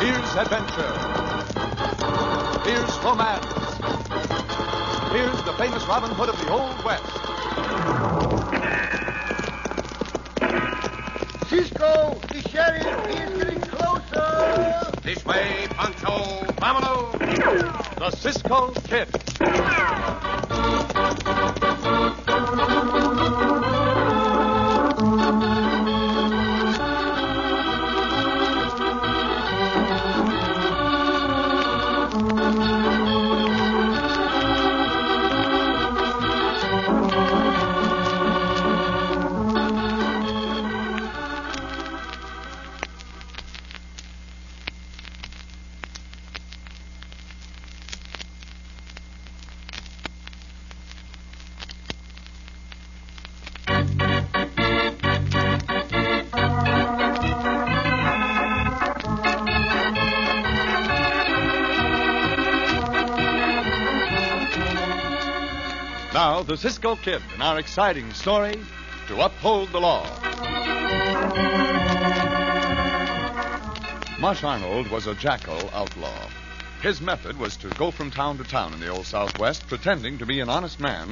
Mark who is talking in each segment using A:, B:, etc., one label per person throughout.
A: Here's adventure. Here's romance. Here's the famous Robin Hood of the Old West.
B: Cisco, the sheriff is getting closer.
C: This way, Pancho. Vámonos.
A: The Cisco Kid. Now, the Cisco Kid in our exciting story to uphold the law. Mush Arnold was a jackal outlaw. His method was to go from town to town in the old Southwest pretending to be an honest man,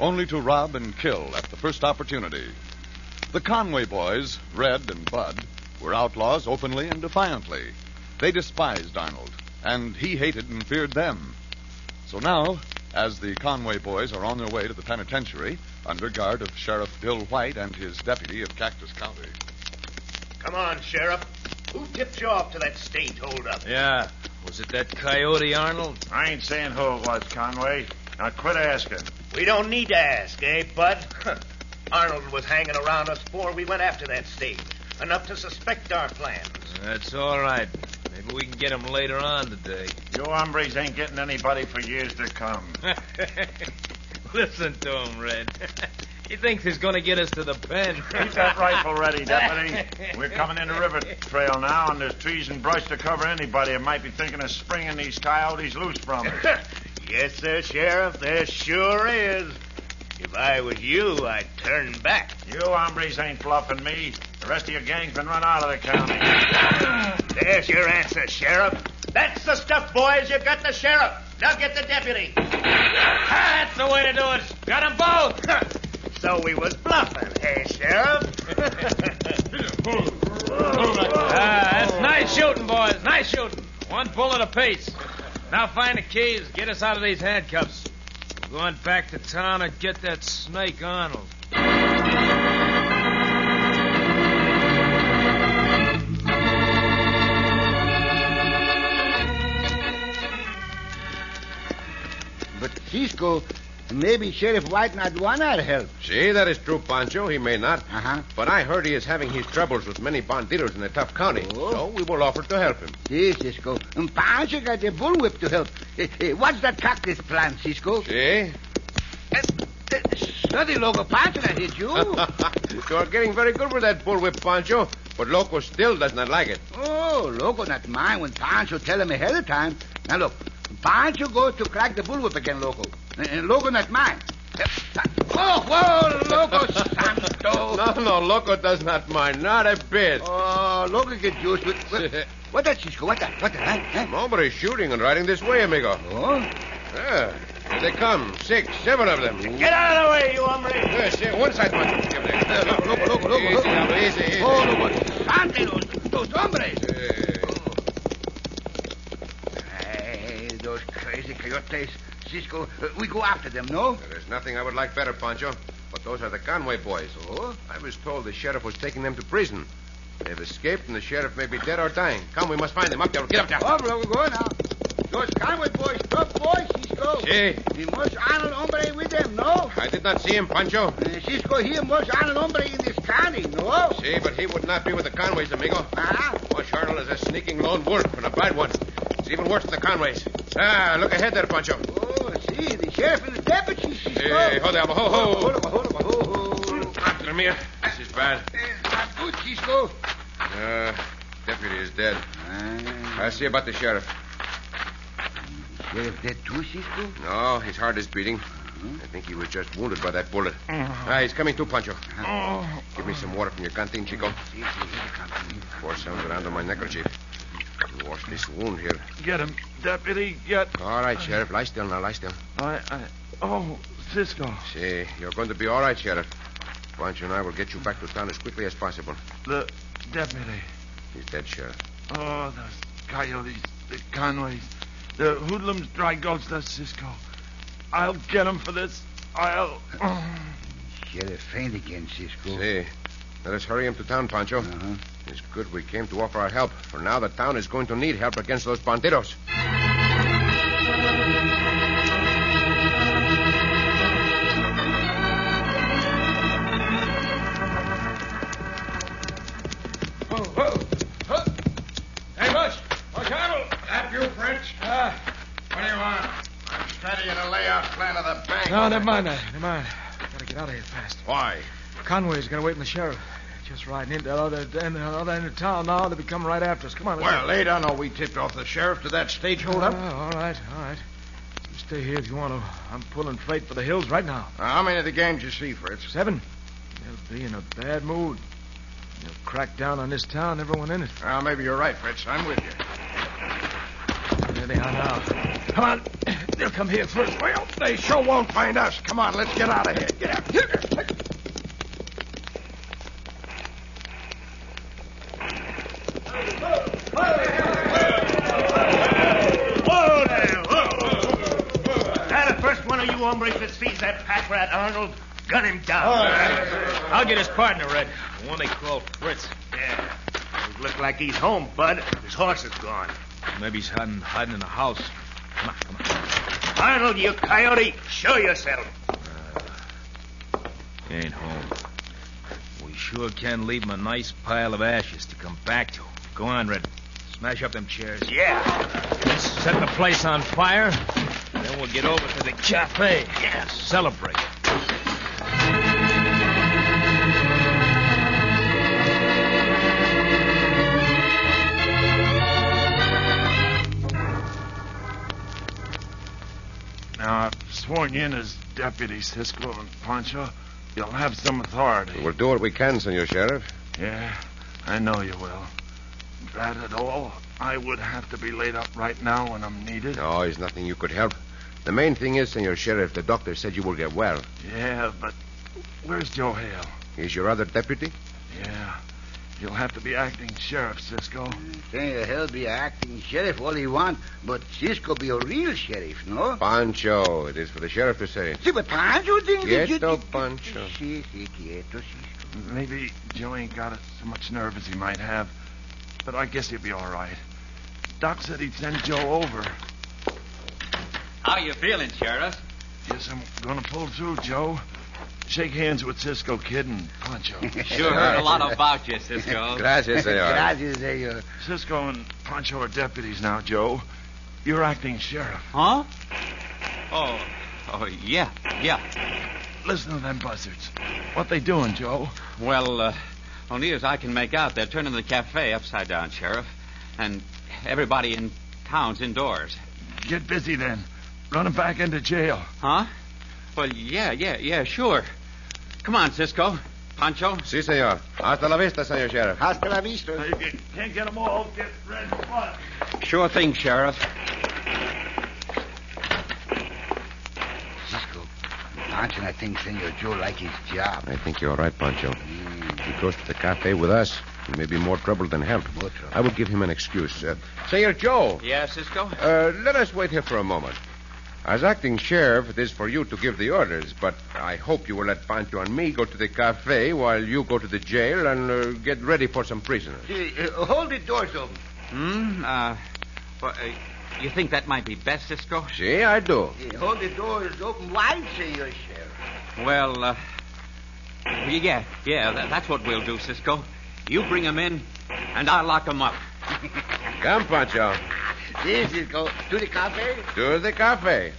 A: only to rob and kill at the first opportunity. The Conway boys, Red and Bud, were outlaws openly and defiantly. They despised Arnold, and he hated and feared them. So now, as the Conway boys are on their way to the penitentiary under guard of Sheriff Bill White and his deputy of Cactus County.
C: Come on, Sheriff. Who tipped you off to that state holdup?
D: Yeah. Was it that coyote, Arnold?
E: I ain't saying who it was, Conway. Now quit asking.
C: We don't need to ask, eh, Bud? Arnold was hanging around us before we went after that stage, enough to suspect our plans.
D: That's all right. Maybe we can get him later on today.
E: You hombres ain't getting anybody for years to come.
D: Listen to him, Red. he thinks he's going to get us to the pen.
E: Keep that rifle ready, deputy. We're coming in the river trail now, and there's trees and brush to cover anybody who might be thinking of springing these coyotes loose from us.
C: yes, sir, Sheriff, there sure is. If I was you, I'd turn back.
E: You hombres ain't bluffing me. The rest of your gang's been run out of the county.
C: There's your answer, Sheriff. That's the stuff, boys. You've got the sheriff. Now get the deputy.
D: Ah, that's the way to do it. Got 'em both.
C: So we was bluffing, hey, Sheriff?
D: Ah, that's nice shooting, boys. Nice shooting. One bullet apiece. Now find the keys. Get us out of these handcuffs. We're going back to town and get that snake Arnold.
B: But Cisco, maybe Sheriff White not want our help.
F: See, that is true, Pancho. He may not.
B: Uh-huh.
F: But I heard he is having his troubles with many bandidos in a tough county.
B: Oh.
F: So we will offer to help him.
B: See, Cisco. And Pancho got a bullwhip to help. Eh, eh, What's that cactus plant, Cisco?
F: See?
B: Eh, eh, Study logo Pancho that hit you.
F: you are getting very good with that bullwhip, Pancho. But Loco still does not like it.
B: Oh, Loco not mind when Pancho tell him ahead of time. Now look, Pancho goes to crack the bullwhip again, Loco. And- And Loco not mind. Yep.
A: Oh,
B: Whoa, Oh, whoa, Loco Santo.
F: No, no, Loco does not mind. Not a bit.
B: Oh, Loco get used to it.
A: Oh.
B: What, what that, Cisco? What that? What that? Huh? Huh?
F: Hombre is shooting and riding this way, amigo.
B: Oh,
F: Ah, here they come. Six, seven of them.
C: Get out of the way, you hombre.
F: Ah, see, one side, Pancho. Give it. Ah, Loco, Loco, Loco, Loco.
B: Loco.
F: Easy, hombre, easy, easy.
B: oh, Loco Santo, those, those hombres.
F: Eh,
B: Hey, those Eh, crazy coyotes. Cisco, uh, we go after them, no?
F: There is nothing I would like better, Pancho. But those are the Conway boys. Oh? I was told the sheriff was taking them to prison. They've escaped, and the sheriff may be dead or dying. Come, we must find them. Up there, get up there.
B: Oh, Loco, go now. Those cowboy boys, tough boys, Cisco.
F: See,
B: We must Arnold hombre with them, no?
F: I did not see him, Pancho.
B: Uh, Cisco here must Arnold hombre in this county, no? Ah.
F: See, but he would not be with the Conways, amigo.
B: Huh?
F: Bush Arnold is a sneaking lone wolf and a bad one. It's even worse than the Conways. Ah, look ahead there, Pancho.
B: Oh, see, the sheriff and the deputy, Cisco.
F: Hey, hold up, ho,
B: Hold
F: ho.
B: up, hold up, ho, ho.
F: After me. This is bad.
B: Eh, Not good, Cisco.
F: Uh, deputy is dead. I'll see about the sheriff.
B: Ah, sheriff dead too, Cisco?
F: No, oh, his heart is beating. I think he was just wounded by that bullet. Ah, he's coming too, Pancho.
G: Oh,
F: Give me some water from your canteen, Chico. Pour some around on my neckerchief. Wash this wound here.
G: Get him, deputy. Get.
F: All right, Sheriff. Lie still now. Lie still.
G: I, I. Oh, Cisco.
F: See, you're going to be all right, Sheriff. Pancho and I will get you back to town as quickly as possible.
G: The deputy.
F: He's dead, Sheriff.
G: Oh, those coyotes, the Conways, the hoodlums, dry goats, the Cisco. I'll get 'em for this. I'll.
B: Sheriff faint again, Cisco.
F: See, let us hurry him to town, Pancho.
B: Uh-huh.
F: It's good we came to offer our help, for now the town is going to need help against those bandidos.
H: Whoa, whoa. Huh. Hey, Bush. Bush Arnold. That you, French? Ah.
G: What do you want? I'm studying a layout plan of the bank.
H: No, never mind that. Never mind. Gotta get out of here fast.
G: Why?
H: Conway's gonna wait for the sheriff. Just riding into the other end, the other end of town now. They'll be coming right after us. Come on. let's
G: Well, they don't know we tipped off the sheriff to that stage
H: go.
G: holdup.
H: Ah, all right, all right. You stay here if you want to. I'm pulling freight for the hills right now.
G: Uh, how many of the games you see, Fritz?
H: Seven. They'll be in a bad mood. They'll crack down on this town, everyone in it.
G: Well, maybe you're right, Fritz. I'm with you.
H: There they are now. Come on. They'll come here first.
G: Well, they sure won't find us. Come on, let's get out of here. Get out.
C: Whoa there! Whoa, whoa. Now, the first one of you hombres that sees that pack rat Arnold, gun him down.
H: I'll get his partner, Red. The one they call Fritz.
C: Yeah. Don't look like he's home, bud. His horse is gone.
H: Maybe he's hiding, hiding in a house. Come on, come on.
C: Arnold, you coyote, show yourself.
H: He ain't home. We sure can leave him a nice pile of ashes to come back to. Go on, Red. Smash up them chairs.
C: Yeah.
H: Let's set the place on fire. Then we'll get over to the cafe. Yeah. Celebrate.
G: Now, I've sworn you in as deputy, Cisco and Pancho. You'll have some authority.
F: We'll do what we can, Senor Sheriff.
G: Yeah, I know you will. That at all, I would have to be laid up right now when I'm needed.
F: No, it's nothing you could help. The main thing is, Senor Sheriff, the doctor said you will get well.
G: Yeah, but where's Joe Hale?
F: He's your other deputy?
G: Yeah, you'll have to be acting sheriff, Cisco.
B: Say, he'll be acting sheriff all he want, but Cisco be a real sheriff, no?
F: Pancho, it is for the sheriff to say.
B: See, but Pancho didn't get you...
F: Quieto, Pancho.
B: Si, si, quieto, Cisco.
G: Maybe Joe ain't got as much nerve as he might have, but I guess he'll be all right. Doc said he'd send Joe over.
I: How you feeling, Sheriff?
G: Guess I'm gonna pull through, Joe. Shake hands with Cisco Kid and Pancho.
I: Sure heard a lot about you, Cisco.
F: Gracias, senor.
B: Gracias, senor.
G: Cisco and Pancho are deputies now, Joe. You're acting sheriff.
I: Huh? Oh, oh yeah, yeah.
G: Listen to them buzzards. What they doing, Joe?
I: Well, uh, only as I can make out, they're turning the cafe upside down, Sheriff, and everybody in town's indoors.
G: Get busy then. Run 'em back into jail.
I: Huh? Well, yeah, yeah, yeah, sure. Come on, Cisco, Pancho.
F: Si, senor. Hasta la vista, senor Sheriff.
B: Hasta la vista.
G: If you can't get 'em all, get red one.
I: Sure thing, Sheriff.
B: Cisco, Pancho, I think Senor Joe like his job.
F: I think you're right, Pancho. If he goes to the cafe with us, he may be more trouble than help.
B: More trouble.
F: I will give him an excuse. Uh, senor Joe,
I: Yeah, Cisco.
F: uh, let us wait here for a moment. As acting sheriff, it is for you to give the orders, but I hope you will let Pancho and me go to the cafe while you go to the jail and uh, get ready for some prisoners.
B: See, uh, hold the doors open.
I: Hmm. Uh, well, uh, you think that might be best, Cisco?
F: See, I do.
B: See, hold the doors open wide, Senor Sheriff.
I: Well, uh, yeah, yeah, tha that's what we'll do, Cisco. You bring 'em in, and I'll lock 'em up.
F: Come, Pancho,
B: See, Cisco, to the cafe.
F: to the cafe.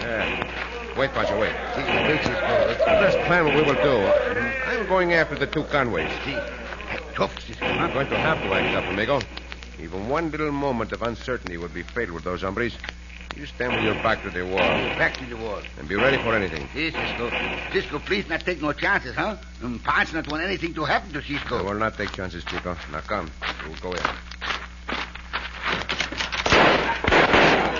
F: Yeah. Wait, Pancho, wait.
B: See, wait, Cisco.
F: Let's plan what we will do. I'm going after the two Conways.
B: See, act tough, Cisco.
F: I'm going to have to act up, amigo. Even one little moment of uncertainty would be fatal with those hombres. You stand with your back to the wall
B: Back to the wall.
F: and be ready for anything.
B: See, Cisco. Cisco, please not take no chances, huh? Um, Ponch not want anything to happen to
F: I
B: Cisco.
F: will not take chances, Chico. Now come. We'll go in.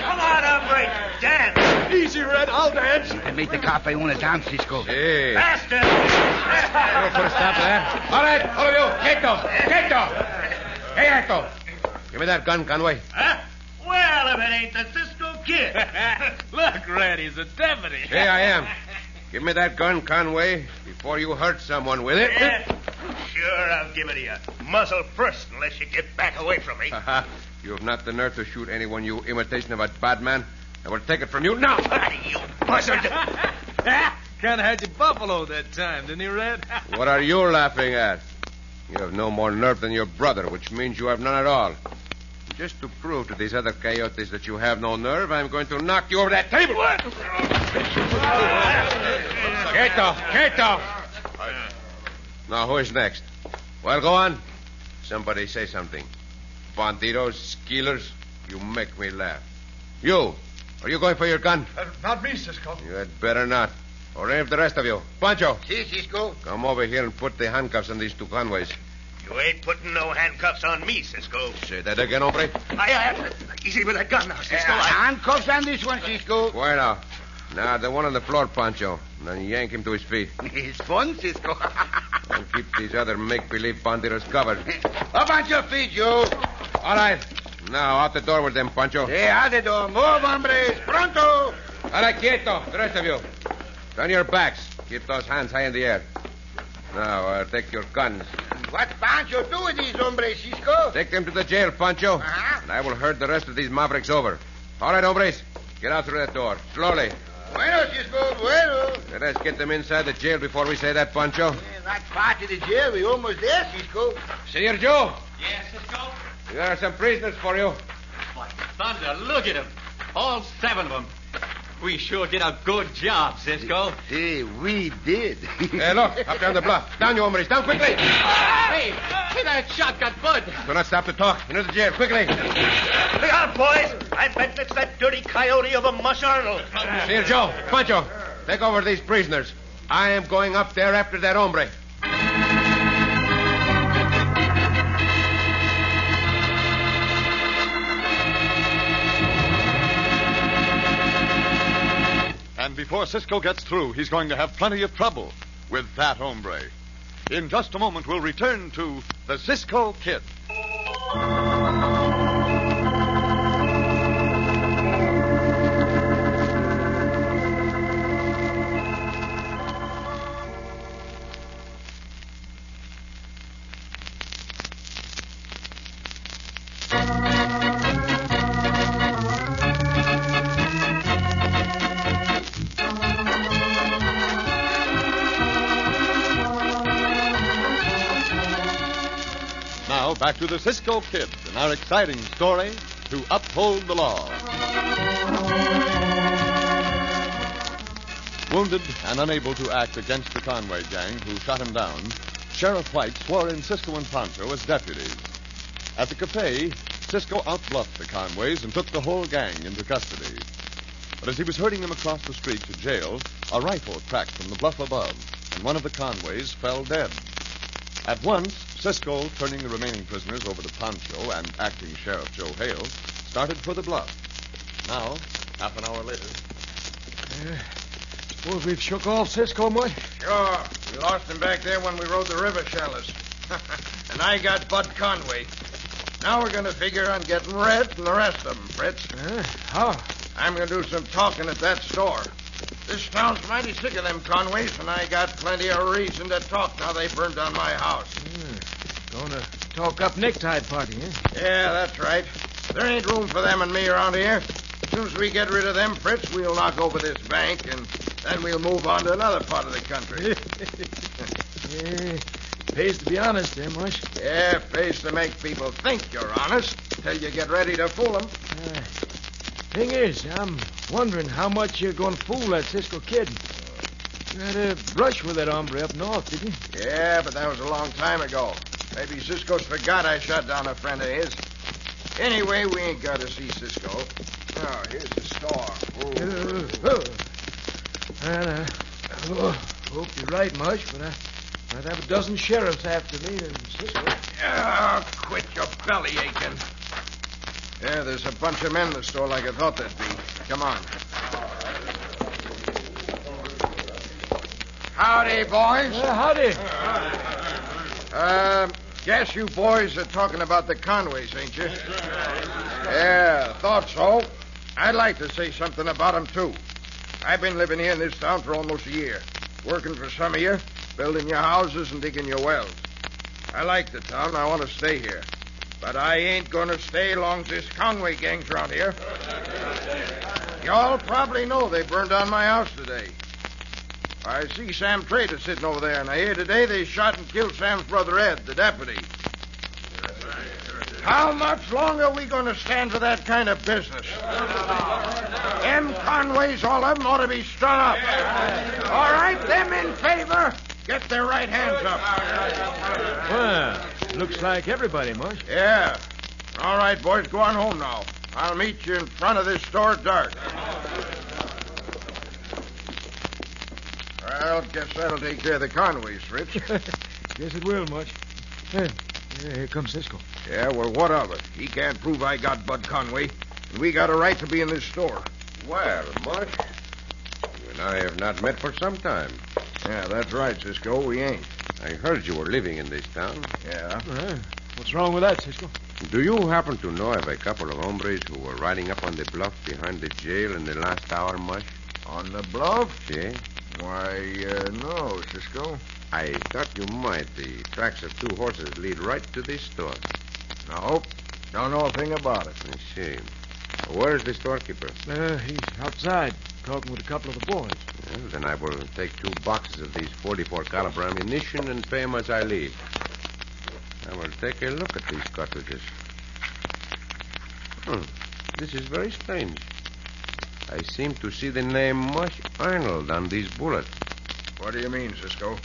C: Come on, hombre. Dance.
A: Easy, Red. I'll dance.
B: I made the cafe want to dance, Cisco.
F: Hey.
C: Faster.
F: All right, all of you, Quieto, Quieto. Hey, Echo. Give me that gun, Conway.
C: Huh? Well, if it ain't the Cisco Kid.
D: Look, Red, he's a deputy.
F: Here I am. Give me that gun, Conway, before you hurt someone with it.
C: Yeah. Sure, I'll give it to you. Muzzle first, unless you get back away from me.
F: Haha. you have not the nerve to shoot anyone, you imitation of a bad man. I will take it from you now.
C: you buzzard.
D: Kind of had you buffalo that time, didn't he, Red?
F: What are you laughing at? You have no more nerve than your brother, which means you have none at all. Just to prove to these other coyotes that you have no nerve, I'm going to knock you over that table. Quieto, quieto. Now, who is next? Well, go on. Somebody say something. Bandidos, skeelers, you make me laugh. You, are you going for your gun?
A: Uh, not me, Cisco.
F: You had better not. Or any of the rest of you. Pancho,
B: See, Cisco?
F: come over here and put the handcuffs on these two convoys.
C: You ain't putting no handcuffs on me, Cisco.
F: Say that again, hombre.
C: I am. Easy with that gun now, Cisco.
B: Uh, handcuffs on this one, Cisco.
F: Bueno. Now, the one on the floor, Pancho. And then yank him to his feet.
B: It's fun, Cisco.
F: And keep these other make-believe banditos covered.
B: Up on your feet, Oh, you.
F: All right. Now, out the door with them, Pancho.
B: Hey, out the door. Move, hombres. Pronto.
F: All right, quieto. The rest of you. Turn your backs. Keep those hands high in the air. Now, uh, take your guns.
B: What Pancho do with these hombres, Cisco?
F: Take them to the jail, Pancho.
B: Uh-huh.
F: And I will herd the rest of these mavericks over. All right, hombres. Get out through that door. Slowly.
B: Bueno, Cisco, bueno.
F: Let us get them inside the jail before we say that, Pancho.
B: Yeah, Not far to the jail. We almost there, Cisco.
F: Senor Joe,
I: Yes, Cisco?
F: there are some prisoners for you.
I: What thunder, look at them. All seven of them. We sure did a good job, Cisco.
B: Hey, we did.
F: Hey, look, up down the bluff. Down, you hombres. Down quickly.
I: Hey, hey, that shot got Bud.
F: Do not stop to talk. Into the jail, quickly.
C: Look out, boys. I bet it's that dirty coyote of a Mush Arnold.
F: Senor Joe, Pancho, take over these prisoners. I am going up there after that hombre.
A: And before Cisco gets through, he's going to have plenty of trouble with that hombre. In just a moment, we'll return to the Cisco Kid. Now, back to the Cisco Kid and our exciting story to uphold the law. Wounded and unable to act against the Conway gang who shot him down, Sheriff White swore in Cisco and Pancho as deputies. At the cafe, Cisco outbluffed the Conways and took the whole gang into custody. But as he was herding them across the street to jail, a rifle cracked from the bluff above, and one of the Conways fell dead. At once, Cisco, turning the remaining prisoners over to Pancho and acting Sheriff Joe Hale, started for the bluff. Now, half an hour later.
H: Uh, Suppose we've shook off Cisco, Mud?
E: Sure. We lost him back there when we rode the river shallows. and I got Bud Conway. Now we're going to figure on getting Red and the rest of them, Fritz.
H: Huh? How?
E: I'm going to do some talking at that store. This town's mighty sick of them Conways, and I got plenty of reason to talk now they burned down my house.
H: Gonna talk up necktie party, eh?
E: Yeah, that's right. There ain't room for them and me around here. As soon as we get rid of them, Fritz, we'll knock over this bank, and then we'll move on to another part of the country.
H: Yeah. Pays to be honest, eh, Mush?
E: yeah, pays to make people think you're honest till you get ready to fool them.
H: Uh, thing is, I'm wondering how much you're gonna fool that Cisco kid. You had a brush with that hombre up north, did you?
E: Yeah, but that was a long time ago. Maybe Cisco's forgot I shot down a friend of his. Anyway, we ain't got to see Cisco. Oh, here's the star. Oh.
H: Well, I oh, hope you're right, Mush, but I, I'd have a dozen sheriffs after me and Cisco.
E: Oh, quit your belly aching. Yeah, there's a bunch of men in the store like I thought there'd be. Come on. Howdy, boys.
H: Uh, howdy.
E: Um, guess you boys are talking about the Conways, ain't you? Yeah, thought so. I'd like to say something about 'em too. I've been living here in this town for almost a year, working for some of you, building your houses and digging your wells. I like the town. I want to stay here. But I ain't going to stay long as this Conway gang's around here. Y'all probably know they burned down my house today. I see Sam Trader sitting over there, and I hear today they shot and killed Sam's brother Ed, the deputy. How much longer are we going to stand for that kind of business? Them Conways, all of 'em ought to be strung up. All right, them in favor, get their right hands up.
H: Well, looks like everybody, Mush.
E: Yeah. All right, boys, go on home now. I'll meet you in front of this store at dark. Well, guess that'll take care of the Conways, Rich.
H: Yes, it will, Mush. Hey, yeah, here comes Cisco.
E: yeah, well, what of it? He can't prove I got Bud Conway, and we got a right to be in this store.
F: Well, Marsh, you and I have not met for some time.
E: Yeah, that's right, Cisco. We ain't.
F: I heard you were living in this town.
E: Yeah.
H: Uh, what's wrong with that, Cisco?
F: Do you happen to know of a couple of hombres who were riding up on the bluff behind the jail in the last hour, Mush?
E: On the bluff?
F: See?
E: Why, uh, no, Cisco.
F: I thought you might. The tracks of two horses lead right to this store.
E: Nope. Don't know a thing about it.
F: I see. Where is the storekeeper?
H: Uh, he's outside talking with a couple of the boys.
F: Well, then I will take two boxes of these 44 caliber ammunition and pay 'em as I leave. I will take a look at these cartridges. Hmm. This is very strange. I seem to see the name Mush Arnold on these bullets.
E: What do you mean, Cisco?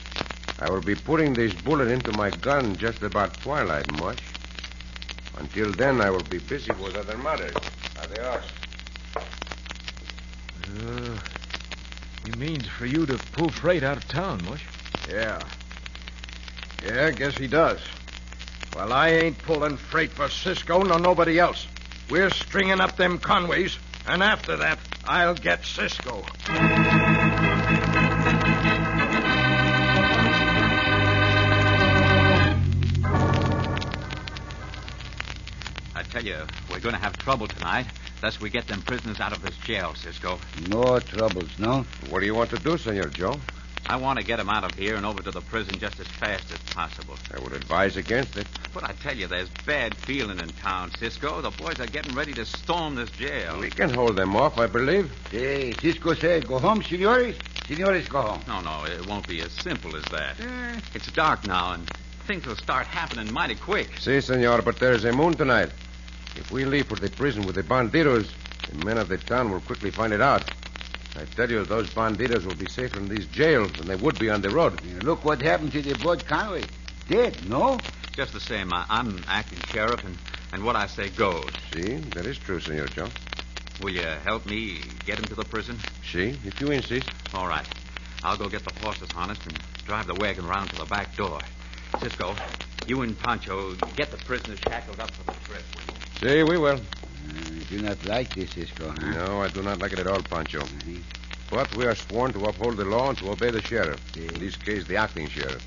F: I will be putting this bullet into my gun just about twilight, Mush. Until then, I will be busy with other matters. Are they ours?
H: Uh, he means for you to pull freight out of town, Mush.
E: Yeah. Yeah, guess he does. Well, I ain't pulling freight for Cisco nor nobody else. We're stringing up them Conways, and after that, I'll get Cisco.
I: I tell you, we're going to have trouble tonight. Thus, we get them prisoners out of this jail, Cisco.
B: No troubles, no?
F: What do you want to do, Senor Joe?
I: I want to get them out of here and over to the prison just as fast as possible.
F: I would advise against it.
I: But I tell you, there's bad feeling in town, Cisco. The boys are getting ready to storm this jail.
F: We can hold them off, I believe.
B: Hey, Cisco said, go home, senores. Senores, go home.
I: No, no, it won't be as simple as that.
E: Uh.
I: It's dark now, and things will start happening mighty quick.
F: See, senor, but there's a moon tonight. If we leave for the prison with the bandidos, the men of the town will quickly find it out. I tell you, those bandidos will be safer in these jails than they would be on the road.
B: Look what happened to the Bud Conway. Dead, no?
I: Just the same, I, I'm acting sheriff, and, and what I say goes.
F: See, that is true, senor Joe.
I: Will you help me get him to the prison?
F: See, if you insist.
I: All right. I'll go get the horses harnessed and drive the wagon round to the back door. Cisco, you and Pancho get the prisoners shackled up for the trip.
F: See, we will.
B: You Uh, do not like this, Cisco, huh?
F: No, I do not like it at all, Pancho.
B: Mhm.
F: But we are sworn to uphold the law and to obey the sheriff.
B: Yeah.
F: In this case, the acting sheriff.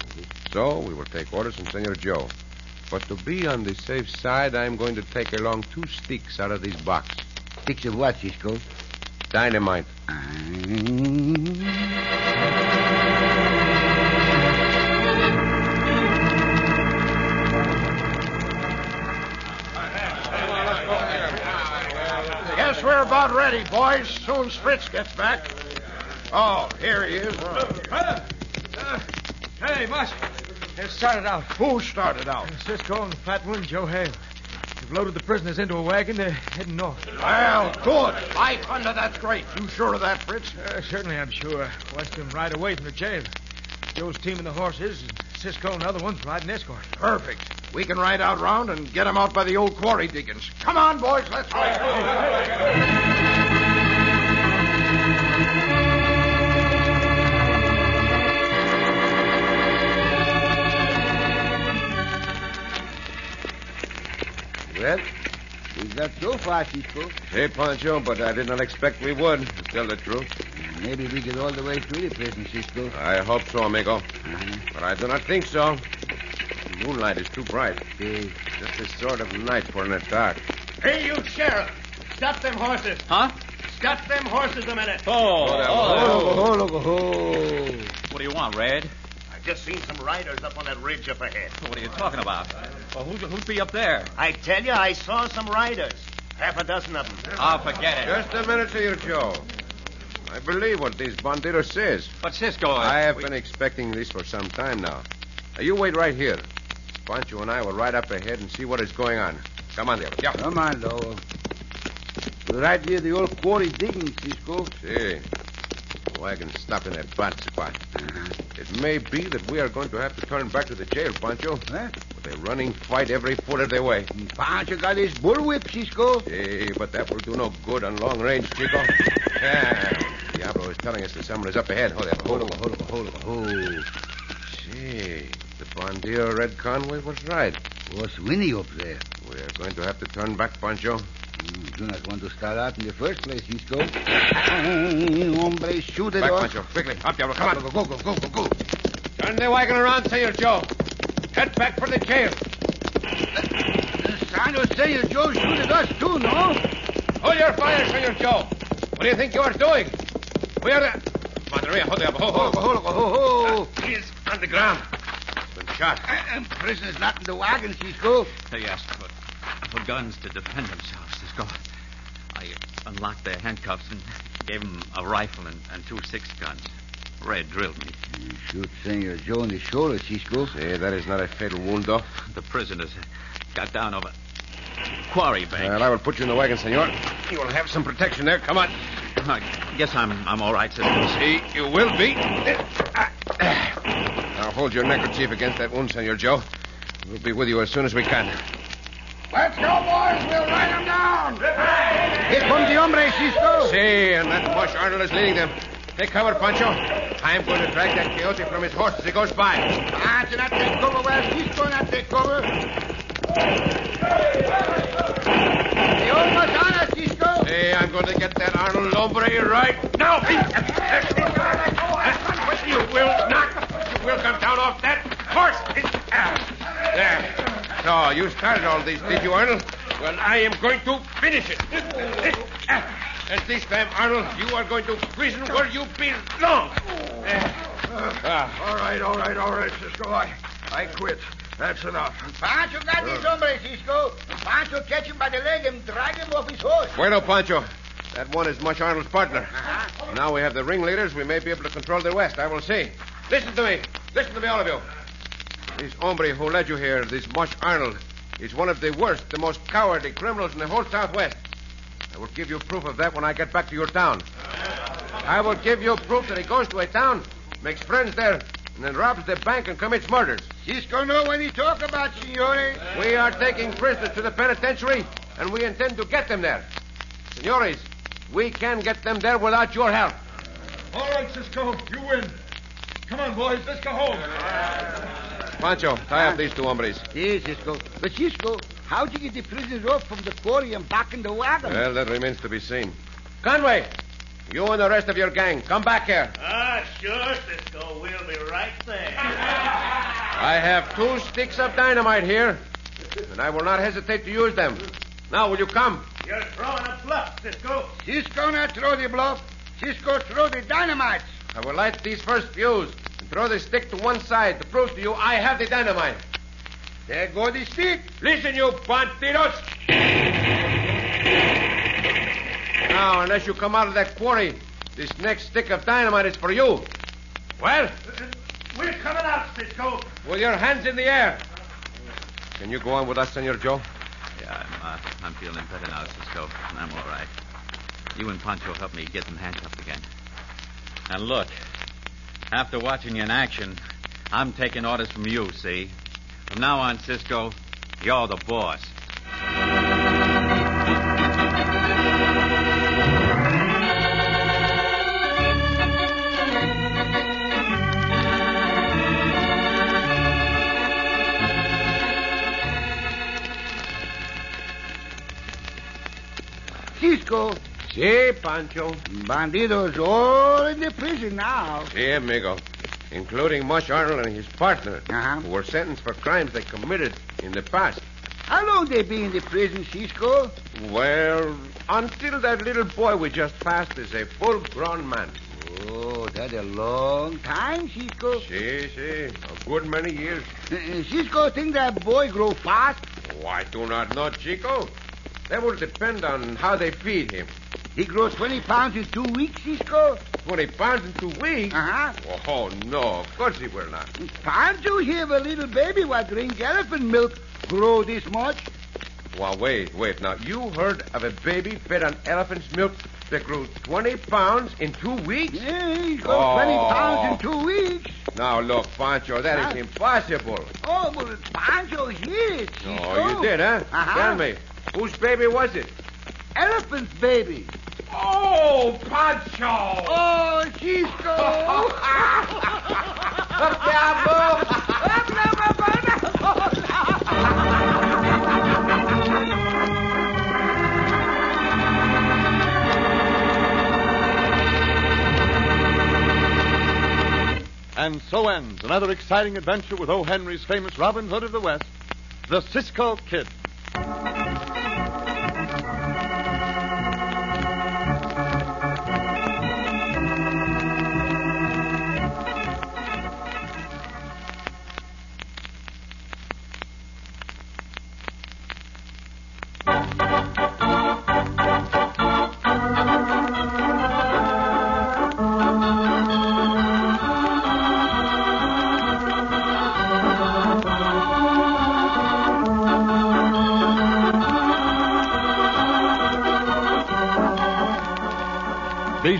F: So we will take orders from Senor Joe. But to be on the safe side, I am going to take along two sticks out of this box.
B: Sticks of what, Cisco?
F: Dynamite.
B: Uh,
E: Guess we're about ready, boys. Soon Fritz gets back. Oh, here he is.
H: Uh, hey, Mush. They've started out. Uh,
E: Who started out?
H: Cisco and the fat one, Joe Hale. They've loaded the prisoners into a wagon. They're heading north.
E: Well, good. By thunder, that's great. You sure of that, Fritz?
H: Uh, certainly, I'm sure. Watched them right away from the jail. Joe's teaming the horses, and Cisco and the other one's riding escort.
E: Perfect. We can ride out round and get him out by the old quarry diggings. Come on, boys, let's go.
B: Well, we got so far, Cisco.
F: Hey, Pancho, but I did not expect we would, to tell the truth.
B: Maybe we get all the way through the prison, Cisco.
F: I hope so, amigo. But I do not think so. The moonlight is too bright.
B: Hey,
F: Just the sort of night for an attack.
C: Hey, you sheriff! Stop them horses!
I: Huh?
C: Stop them horses a minute!
I: Oh,
B: Oh, look, oh, look, oh.
I: What do you want, Red?
C: I just seen some riders up on that ridge up ahead.
I: What are you talking about? Well, who'd, who'd be up there?
C: I tell you, I saw some riders. Half a dozen of them.
I: Oh, forget it.
F: Just a minute, Senor Joe. I believe what this bandito says.
I: But Cisco,
B: Oh,
F: I have
I: we-
F: been expecting this for some time now. Now, you wait right here. Pancho and I will ride up ahead and see what is going on. Come on, there. Yeah.
B: Come on, Lowell. We're right near the old quarry digging, Cisco.
F: See. The wagon stopped in that bad spot. It may be that we are going to have to turn back to the jail, Pancho.
B: Oh, Huh?
F: With a running fight every foot of the way.
B: Pancho got his bullwhip, Cisco.
F: Eh, but that will do no good on long range, Chico. Yeah. Diablo is telling us that someone is up ahead. Hold up, hold up, hold up, hold up.
B: Oh,
F: Gee, the Bondio Red Conway was right.
B: was Winnie up there?
F: We are going to have to turn back, Pancho.
B: You do not want to start out in the first place, Cisco. Hombre, shoot it
F: Back,
B: off.
F: Pancho, quickly. Up, Diablo, come on.
B: Go, go, go, go, go.
F: Turn the wagon around, Senor Joe. Head back for the jail.
B: Santo Senor Joe shoot at us, too, no?
F: Hold your fire, Senor Joe. What do you think you are doing? We are... The... Maria, hold up. Ho, ho, ho, ho,
B: Oh,
F: He is on the ground. He's been shot.
B: and prisoner's not in the wagon, Cisco.
I: They asked for, for guns to defend themselves, Cisco. I unlocked their handcuffs and gave them a rifle and, and two six guns. Red drilled me.
B: Shoot Senor Joe in the shoulder, Cisco.
F: See, that is not a fatal wound, though.
I: The prisoners got down over quarry bank.
F: Well, I will put you in the wagon, senor. You will have some protection there. Come on.
I: I guess I'm I'm all right, Cisco.
F: See, you will be. Now hold your neckerchief against that wound, senor Joe. We'll be with you as soon as we can.
E: Let's go, boys. We'll ride him down.
B: Here comes the hombre, Cisco.
F: See, and that Bosch Arnold is leading them. Take cover, Pancho. I'm going to drag that coyote from his horse as he goes by.
B: Pancho, not take cover. Well, Cisco, not take cover. They almost on us, Cisco.
F: Hey, I'm going to get that Arnold hombre right now. You will not. You will come down off that horse. There. So, you started all this, did you, Arnold? Well, I am going to finish it. And this time, Arnold, you are going to prison where you belong. Ah.
E: All right, all right, all right, Cisco. I, I quit. That's enough.
B: Pancho got this hombre, Cisco. Pancho catch him by the leg and drag him off his horse.
F: Bueno, Pancho. That one is Much Arnold's partner. Now we have the ringleaders. We may be able to control the West. I will see. Listen to me. Listen to me, all of you. This hombre who led you here, this Mush Arnold, is one of the worst, the most cowardly criminals in the whole Southwest. I will give you proof of that when I get back to your town. I will give you proof that he goes to a town, makes friends there, and then robs the bank and commits murders.
B: Cisco know what he talk about, signore.
F: We are taking prisoners to the penitentiary, and we intend to get them there. Senores, we can get them there without your help.
E: All right, Cisco. You win. Come on, boys. Let's go home.
F: Pancho, tie up these two hombres.
B: Yes, Cisco. But Cisco, how'd you get the prisoners off from the quarry and back in the wagon?
F: Well, that remains to be seen. Conway, you and the rest of your gang, come back here.
C: Ah, sure, Cisco. We'll be right there.
F: I have two sticks of dynamite here, and I will not hesitate to use them. Now, will you come?
C: You're throwing a bluff, Cisco.
B: Cisco not throw the bluff. Cisco throw the dynamite.
F: I will light these first fuse and throw the stick to one side to prove to you I have the dynamite.
B: There go the stick.
F: Listen, you bandidos! Now, unless you come out of that quarry, this next stick of dynamite is for you. Well,
C: We're coming out, Cisco.
F: with your hands in the air. Can you go on with us, Senor Joe?
I: Yeah, I'm, uh, I'm feeling better now, Cisco. I'm all right. You and Pancho help me get them handcuffed again. And look, after watching you in action, I'm taking orders from you, see? From now on, Cisco, You're the boss.
B: Cisco,
F: Si, Pancho.
B: bandidos all in the prison now.
F: Si, amigo. Including Mush Arnold and his partner,
B: Uh-huh.
F: who were sentenced for crimes they committed in the past.
B: How long they been in the prison, Cisco?
F: Well, until that little boy we just passed is a full grown man.
B: Oh, that a long time, Cisco.
F: Si, si. A good many years.
B: Uh, uh, Cisco think that boy grow fast.
F: Oh, I do not know, Chico. That will depend on how they feed him.
B: He grow 20 pounds in two weeks, Cisco.
F: 20 pounds in two weeks?
B: Uh-huh.
F: Oh, no, of course he will not.
B: Pancho here, a little baby what drink elephant milk grow this much.
F: Well, wait, wait. Now, you heard of a baby fed on elephant's milk that grew 20 pounds in two weeks?
B: Yeah, he grow
F: Oh.
B: 20 pounds in two weeks.
F: Now, look, Pancho, that is
B: Huh?
F: impossible.
B: Oh, but Pancho here, Cisco.
F: Oh, you did, huh?
B: Uh-huh.
F: Tell me, whose baby was it?
B: Elephant baby.
F: Oh, Pancho!
B: Oh, Cisco.
A: And so ends another exciting adventure with O. Henry's famous Robin Hood of the West, the Cisco Kid. Be